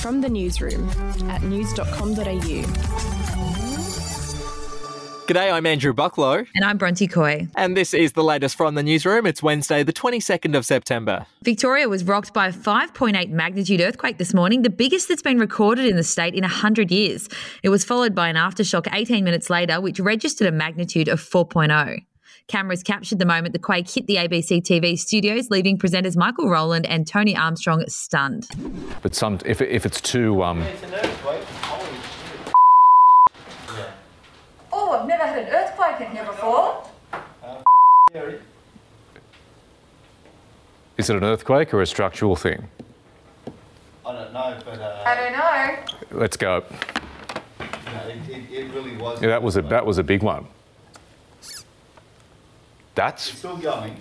From the newsroom at news.com.au. G'day, I'm Andrew Bucklow, And I'm Bronte Coy. and this is the latest from the newsroom. It's Wednesday, the 22nd of September. Victoria was rocked by a 5.8 magnitude earthquake this morning, the biggest that's been recorded in the state in 100 years. It was followed by an aftershock 18 minutes later, which registered a magnitude of 4.0. Cameras captured the moment the quake hit the ABC TV studios, leaving presenters Michael Rowland and Tony Armstrong stunned. But some, if, it- if it's too, um, Oh, I've never had an earthquake in here before. is it an earthquake or a structural thing? I don't know, but uh, I don't know. Let's go. you know, it, it, it really was. Yeah, that was a that was a big one. That's Still going.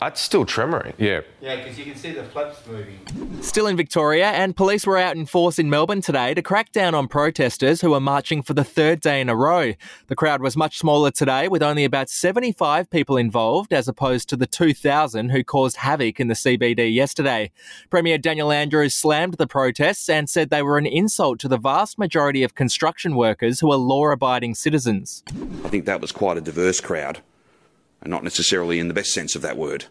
that's still tremoring. Yeah. Yeah, because you can see the flaps moving. Still in Victoria, and police were out in force in Melbourne today to crack down on protesters who were marching for the third day in a row. The crowd was much smaller today, with only about 75 people involved, as opposed to the 2,000 who caused havoc in the CBD yesterday. Premier Daniel Andrews slammed the protests and said they were an insult to the vast majority of construction workers who are law abiding citizens. I think that was quite a diverse crowd, and not necessarily in the best sense of that word.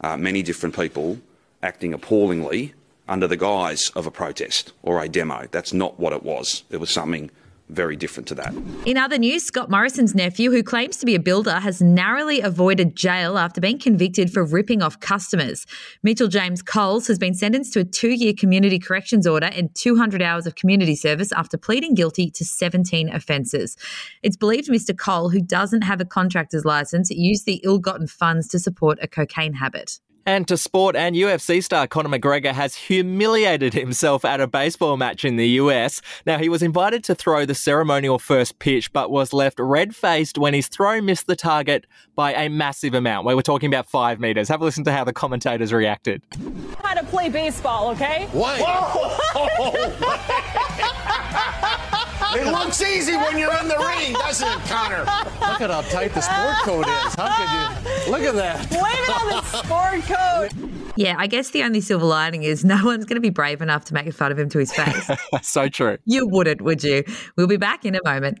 Uh, many different people acting appallingly under the guise of a protest or a demo. That's not what it was. It was something very different to that. In other news, Scott Morrison's nephew, who claims to be a builder, has narrowly avoided jail after being convicted for ripping off customers. Mitchell James Coles has been sentenced to a two year community corrections order and 200 hours of community service after pleading guilty to 17 offences. It's believed Mr. Cole, who doesn't have a contractor's licence, used the ill gotten funds to support a cocaine habit. And to sport and UFC star Conor McGregor has humiliated himself at a baseball match in the US. Now, he was invited to throw the ceremonial first pitch, but was left red faced when his throw missed the target by a massive amount. We were talking about five metres. Have a listen to how the commentators reacted. how to play baseball, okay? It looks easy when you're in the ring, doesn't it, Connor? Look at how tight the sport coat is. How could you? Look at that. Blame it on the sport coat. Yeah, I guess the only silver lining is no one's going to be brave enough to make fun of him to his face. That's so true. you wouldn't, would you? We'll be back in a moment.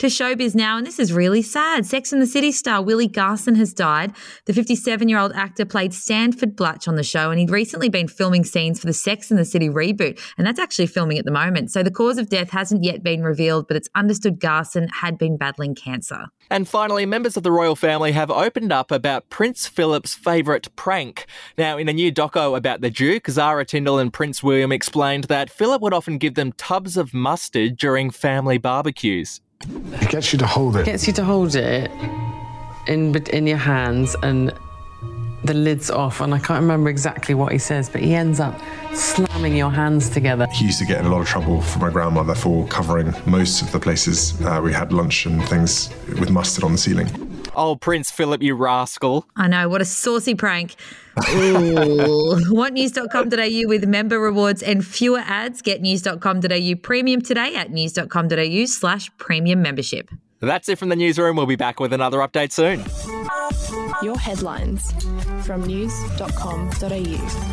To showbiz now, and this is really sad. Sex and the City star Willie Garson has died. The 57 year old actor played Stanford Blatch on the show, and he'd recently been filming scenes for the Sex and the City reboot, and that's actually filming at the moment. So the cause of death hasn't yet been revealed, but it's understood Garson had been battling cancer. And finally, members of the royal family have opened up about Prince Philip's favourite prank. Now, in a new doco about the Duke, Zara Tyndall and Prince William explained that Philip would often give them tubs of mustard during family barbecues. It gets you to hold it. Gets you to hold it in in your hands and the lid's off, and I can't remember exactly what he says, but he ends up slamming your hands together. He used to get in a lot of trouble from my grandmother for covering most of the places uh, we had lunch and things with mustard on the ceiling. Oh, Prince Philip, you rascal. I know, what a saucy prank. Ooh. whatnews.com.au with member rewards and fewer ads. Get news.com.au premium today at news.com.au slash premium membership. That's it from the newsroom. We'll be back with another update soon. Your headlines from news.com.au.